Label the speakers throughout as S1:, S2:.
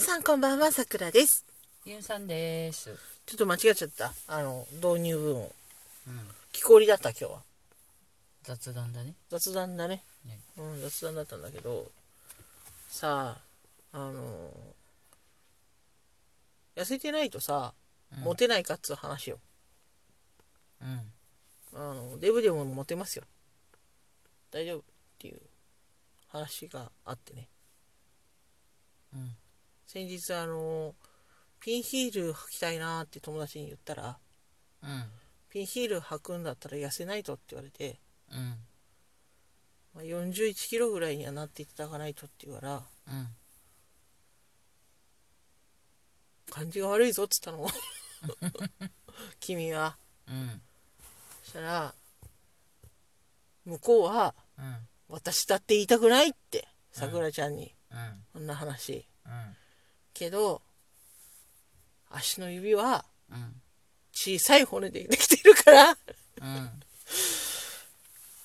S1: さんこんばんは、さくらです。
S2: ゆうさんです。
S1: ちょっと間違っちゃった。あの、導入部分。
S2: うん、
S1: 木こりだった、今日は。
S2: 雑談だね。
S1: 雑談だね。
S2: ね
S1: うん、雑談だったんだけど、さあ、あの痩せてないとさ、
S2: うん
S1: モテないかっつう話よ。
S2: うん。
S1: あの、デブでもモテますよ。大丈夫っていう話があってね。
S2: うん。
S1: 先日、あのピンヒール履きたいなーって友達に言ったら、
S2: うん。
S1: ピンヒール履くんだったら痩せないとって言われて、
S2: うん。
S1: まあ、41キロぐらいにはなっていただかないとって言うから
S2: うん。
S1: 感じが悪いぞっつったの 君は
S2: うん。
S1: そしたら向こうは
S2: うん。
S1: 私だって言いたくないってさくらちゃんに、
S2: うん。
S1: こんな話
S2: うん。
S1: けど足の指は
S2: うん。
S1: 小さい骨でできてるから
S2: うん。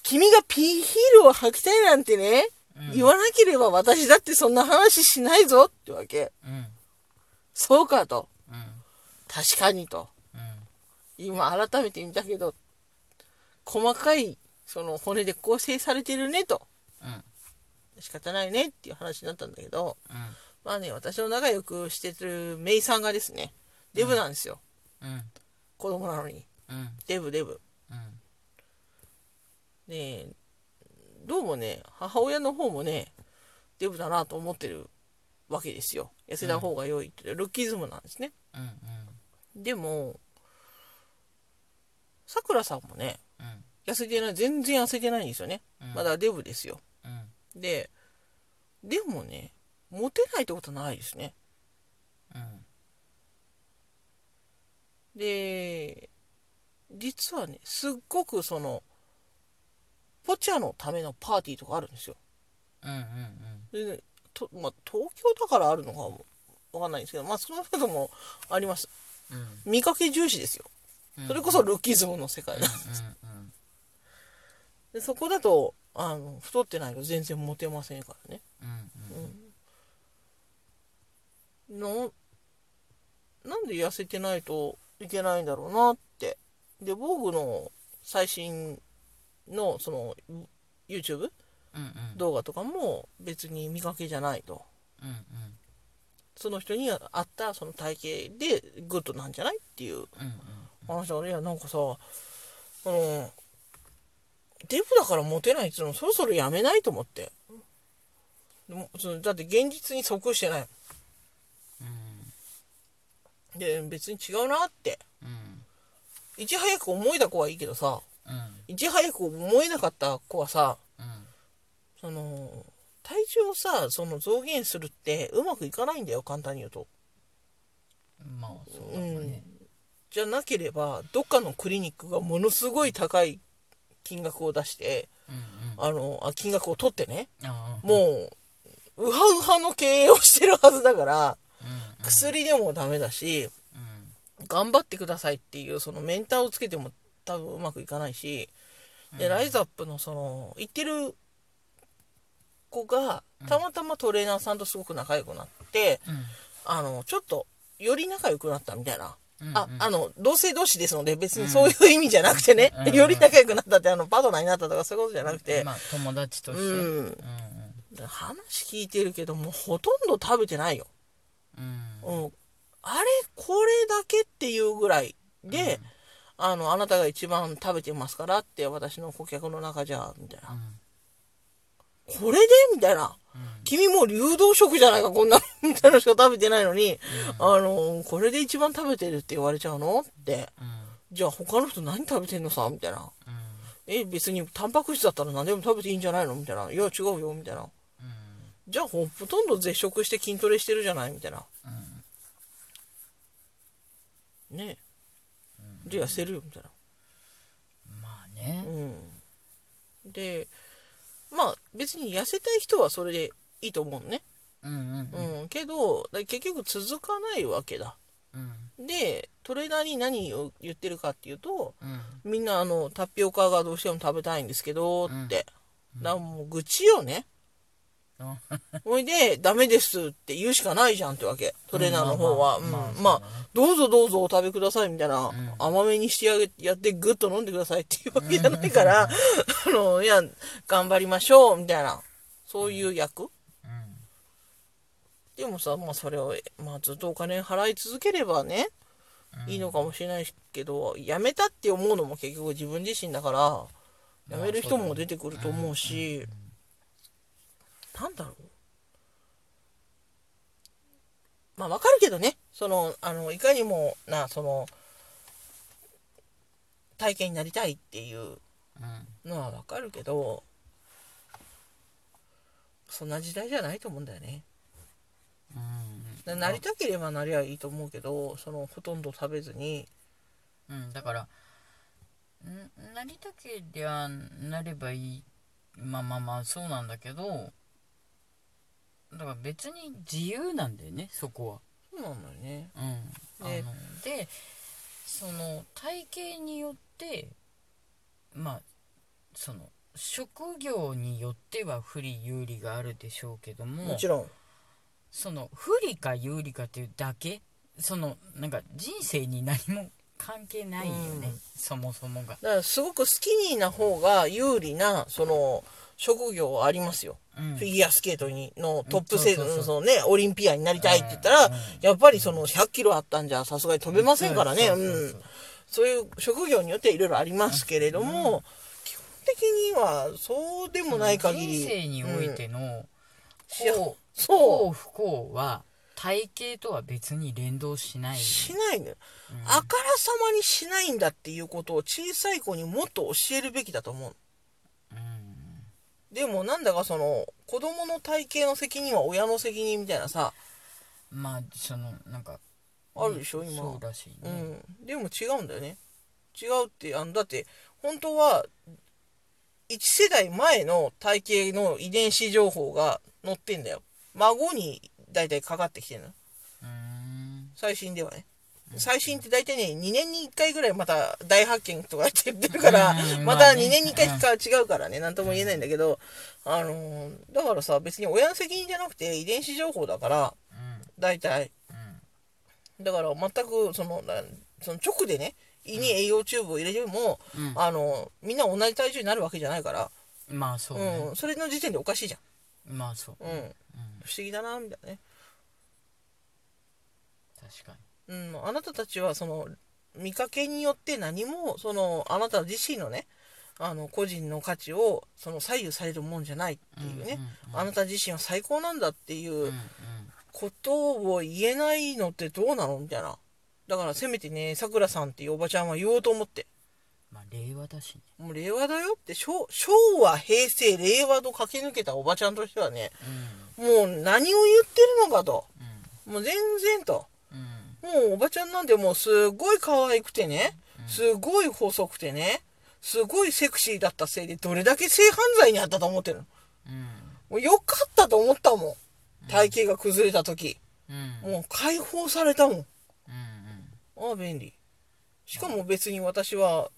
S1: 君がピンヒールを履きたいなんてね、
S2: うん
S1: 言わなければ私だってそんな話しないぞってわけ
S2: うん。
S1: そうかと
S2: うん。
S1: 確かにと今改めて見たけど細かいその骨で構成されてるねと
S2: うん。
S1: 仕方ないねっていう話になったんだけど
S2: うん。
S1: まあね私の仲良くしてるメイさんがですねデブなんですよ、
S2: うん。
S1: 子供なのに
S2: うん。
S1: デブデブ
S2: うん。
S1: ねえどうもね母親の方もねデブだなと思ってるわけですよ痩せた方が良いって、ルッキズムなんですね
S2: うん。うん。
S1: でもさくらさんもね
S2: うん。
S1: 痩せてない全然痩せてないんですよね、
S2: うん
S1: まだデブですよ
S2: うん。
S1: ででもねモテないってことはないですね
S2: うん。
S1: で実はねすっごくそのポチャのためのパーティーとかあるんですよ
S2: うん。
S1: でね、とまあ、東京だからあるのかもわかんないんですけどまあその中でもあります
S2: うん。
S1: 見かけ重視ですよ
S2: うん。
S1: それこそルッキズムの世界だ、
S2: うん。
S1: でそこだとあの太ってないと全然モテませんからね
S2: うん。
S1: のなんで痩せてないといけないんだろうなってで僕の最新のその YouTube
S2: うん。うん。
S1: 動画とかも別に見かけじゃないと
S2: うん。
S1: その人に合ったその体型でグッドなんじゃないっていう
S2: うん。
S1: 話だからいやなんかさあのデブだからモテないっつうのそろそろやめないと思ってでもそのだって現実に即してない
S2: うん。
S1: で別に違うなって
S2: うん。
S1: いち早く思いた子はいいけどさ
S2: うん。
S1: いち早く思えなかった子はさ
S2: うん。
S1: その体重をさその増減するってうまくいかないんだよ簡単に言うと
S2: まあ、そうだね。
S1: じゃなければどっかのクリニックがものすごい高い金額を出して
S2: うん。うん。
S1: あのあ金額を取ってね
S2: ああ。
S1: もうウハウハの経営をしてるはずだから
S2: うん。
S1: 薬でもダメだし
S2: うん。
S1: 頑張ってくださいっていうそのメンターをつけても多分うまくいかないしでライズアップのその行ってる子がたまたまトレーナーさんとすごく仲良くなってあのちょっとより仲良くなったみたいな。
S2: うん。
S1: あ、あの、同性同士ですので、別にそういう意味じゃなくてね、
S2: うん
S1: より仲良くなったって、あの、パートナーになったとかそういうことじゃなくて、
S2: まあ友達として、
S1: う
S2: うん
S1: ん。話聞いてるけど、もうほとんど食べてないよ。
S2: うん
S1: うん。あれ、これだけっていうぐらいで、あの、あなたが一番食べてますからって、私の顧客の中じゃ、みたいな。これでみたいな。君もう流動食じゃないか、こんなの、 みたいなのしか食べてないのに、あの、これで一番食べてるって言われちゃうのって。じゃあ他の人何食べてんのさみたいな。え、別にタンパク質だったら何でも食べていいんじゃないのみたいな。いや、違うよ、みたいな。じゃあほほとんど絶食して筋トレしてるじゃないみたいな。ねえ。で、痩せるよ、みたいな。
S2: まあね
S1: うん。で、まあ別に痩せたい人はそれでいいと思うのね。
S2: うんうん
S1: うん。けど、だ結局続かないわけだ。
S2: うん
S1: で、トレーナーに何を言ってるかっていうと、
S2: うん
S1: みんなあの、タピオカがどうしても食べたいんですけど、って。だからもう愚痴よね。
S2: うん
S1: ほいで、ダメですって言うしかないじゃんってわけ。トレーナーの方は。
S2: う
S1: うんん
S2: まあまあまあ
S1: まあ、どうぞどうぞお食べくださいみたいな、甘めにしてあげ、やってぐっと飲んでくださいっていうわけじゃないから、あの、いや、頑張りましょうみたいな、そういう役
S2: うん
S1: でもさ、まあそれを、まあずっとお金払い続ければね、
S2: うん
S1: いいのかもしれないけど、やめたって思うのも結局自分自身だから、やめる人も出てくると思うし、なんだろう。まあわかるけどね、その、あの、いかにもな、その、体験になりたいっていう
S2: うん
S1: のはわかるけど、そんな時代じゃないと思うんだよね。
S2: うん
S1: ななりたければなりゃいいと思うけどそのほとんど食べずに
S2: うん、だからんなりたけりゃなればいいまあまあまあそうなんだけどだから別に自由なんだよねそこ
S1: そうなんだよね
S2: は。うん、あ
S1: で
S2: のでその体型によってまあその職業によっては不利有利があるでしょうけども
S1: もちろん
S2: その不利か有利かっていうだけそのなんか人生に何も関係ないよね、
S1: うん
S2: そもそもが。
S1: だからすごくスキニーな方が有利なその職業はありますよ、
S2: うん
S1: フィギュアスケートにのトップ制度
S2: うんそうそうそう
S1: のそのねオリンピアンになりたいって言った
S2: う
S1: ら
S2: ん
S1: やっぱりその100キロあったんじゃさすがに飛べませんからね
S2: そう
S1: う
S2: そうそうそうん
S1: そういう職業によっていろいろありますけれども基本的にはそうでもない限り
S2: 人生において
S1: うん
S2: の
S1: いや
S2: 幸
S1: そう
S2: 幸不幸は体型とは別に連動しない
S1: しないのよ、
S2: うん
S1: あからさまにしないんだっていうことを小さい子にもっと教えるべきだと思う
S2: うん
S1: でもなんだかその子供の体型の責任は親の責任みたいなさ
S2: まあそのなんか
S1: あるでしょ
S2: うん
S1: 今
S2: そうらしいうね、
S1: んでも違うんだよね違うってあのだって本当は1世代前の体型の遺伝子情報が載ってんだよ孫に大体かかってきてるの
S2: うーん
S1: 最新ではね最新って大体ね2年に1回ぐらいまた大発見とかやってるから
S2: うん
S1: ま
S2: まあ
S1: た2
S2: ね
S1: 年に1回しか違うからね何とも言えないんだけどあのーだからさ別に親の責任じゃなくて遺伝子情報だから
S2: うん
S1: 大体
S2: うん
S1: だから全くそのなんその直でね胃に栄養チューブを入れても、
S2: うん
S1: あのみんな同じ体重になるわけじゃないから
S2: まあそう
S1: う、
S2: ね
S1: ん、それの時点でおかしいじゃ、
S2: まあそうん
S1: うん、
S2: うん
S1: 不思議だなみたいなね
S2: 確か
S1: うん、あなたたちはその見かけによって何もそのあなた自身のねあの個人の価値をその左右されるもんじゃないって
S2: に
S1: いうね、
S2: うん
S1: あなた自身は最高なんだっていううんことを言えないのってどうなのみたいなだからせめてねさくらさんっていうおばちゃんは言おうと思って
S2: まあ令和だしね
S1: もう令和だよって昭昭和平成令和と駆け抜けたおばちゃんとしてはねもう何を言ってるのかと
S2: うん
S1: もう全然と。
S2: うんうん
S1: もうおばちゃんなんでもうすごい可愛くてね、すごい細くてね、すごいセクシーだったせいでどれだけ性犯罪にあったと思ってるの。
S2: うん
S1: もう良かったと思ったもん。体型が崩れた時。
S2: うん
S1: もう解放されたもん。
S2: うんうん
S1: ああ、便利。しかも別に私は、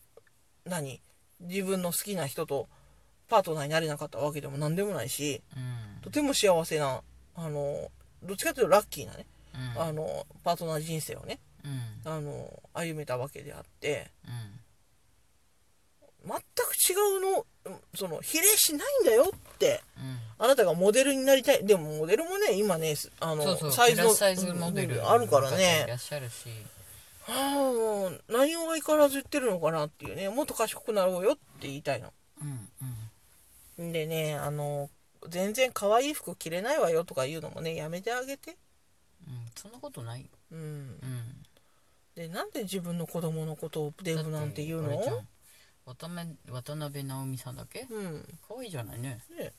S1: 何自分の好きな人とパートナーになれなかったわけでも何でもないし、
S2: うん
S1: とても幸せな、あの、どっちかというとラッキーなね、
S2: うん
S1: あの、パートナー人生をね、
S2: うん
S1: あの歩めたわけであって
S2: うん
S1: 全く違うのうんその比例しないんだよって
S2: うん
S1: あなたがモデルになりたいでもモデルもね今ねすあの
S2: そうそう
S1: サイズ
S2: プラ
S1: の
S2: スサイズモデ
S1: うん
S2: ル
S1: あるから
S2: いら
S1: ね
S2: っしゃるし
S1: ああもう何を相変わらず言ってるのかなっていうねもっと賢くなろうよって言いたいの。
S2: うんうん
S1: んでねあの全然可愛い服着れないわよとか言うのもねやめてあげて。
S2: うんそんなことないよ
S1: うん
S2: う、ん
S1: でなんで自分の子供のことをデブなんて言う
S2: だっあれじゃ
S1: の
S2: ん渡辺渡辺直美さんだっけ
S1: うん
S2: 可愛いじゃないね
S1: ね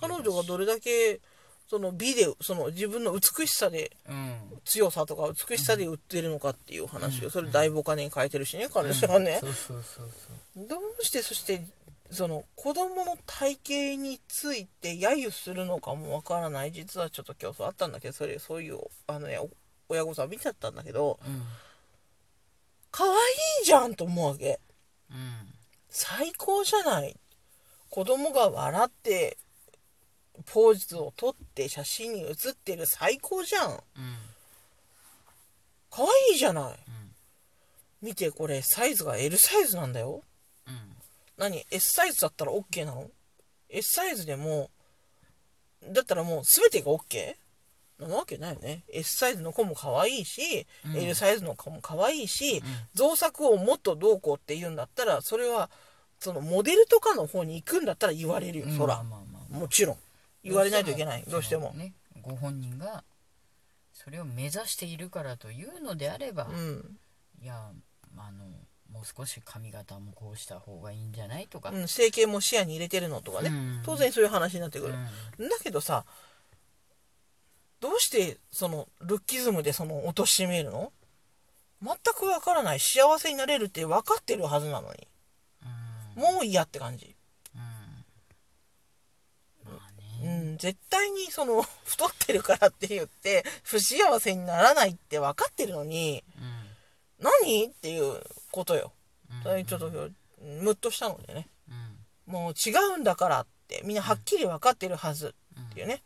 S1: 彼女がどれだけその美でその自分の美しさで
S2: うん
S1: 強さとか美しさで売ってるのかっていう話をそれだいぶお金に変えてるしね彼女はね
S2: そうそうそうそう
S1: どうしてそしてその子供の体型について揶揄するのかもわからない実はちょっと今日そうあったんだけどそれそういうあのねお親御さん見ちゃったんだけど
S2: うん
S1: 可愛いじゃんと思うわけ
S2: うん
S1: 最高じゃない子供が笑ってポーズをとって写真に写ってる最高じゃん
S2: うん
S1: 可愛いじゃない
S2: うん
S1: 見てこれサイズが L サイズなんだよ
S2: うん
S1: 何 S サイズだったら OK なの ?S サイズでもだったらもう全てが OK? なわけないよね S サイズの子も可愛いし、
S2: うん
S1: L サイズの子も可愛いし、
S2: うん
S1: 造作をもっとどうこうって言うんだったらそれはそのモデルとかの方に行くんだったら言われるよ、そ
S2: まあ
S1: ら
S2: まあまあ
S1: もちろん言われないといけないどうして
S2: そ
S1: も
S2: のねご本人がそれを目指しているからというのであれば、
S1: うん、
S2: いやあのもう少し髪型もこうした方がいいんじゃないとか、
S1: うん、整形も視野に入れてるのとかね、
S2: うん
S1: 当然そういう話になってく
S2: う
S1: る、
S2: ん
S1: だけどさどうしてそのルッキズムでその貶としめるの全くわからない幸せになれるって分かってるはずなのに
S2: うん
S1: もう嫌って感じ
S2: うんまあ
S1: う
S2: ね、
S1: ん絶対にその 太ってるからって言って不幸せにならないって分かってるのに
S2: うん
S1: 何っていうことよ
S2: うん
S1: だからちょっとムッとしたのでね
S2: うん
S1: もう違うんだからってみんなはっきり分かってるはずっていうね、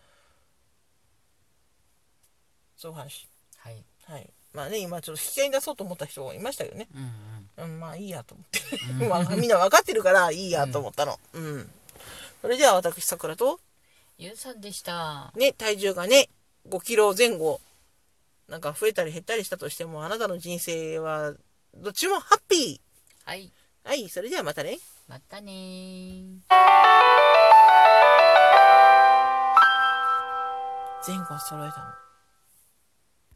S1: そういう話
S2: はい
S1: はい。まあね、今ちょっと引き合いに出そうと思った人もいましたけどね。
S2: うんうん
S1: うん、まあいいやと思って。 まあみんな分かってるからいいやと思ったの。うん。それでは私、さくらと、
S2: ゆうさんでした
S1: ね、体重がね、5キロ前後、なんか増えたり減ったりしたとしても、あなたの人生は、どっちもハッピ
S2: はい
S1: ーはい、それではまたね。
S2: またねー
S1: 前後は揃えたの。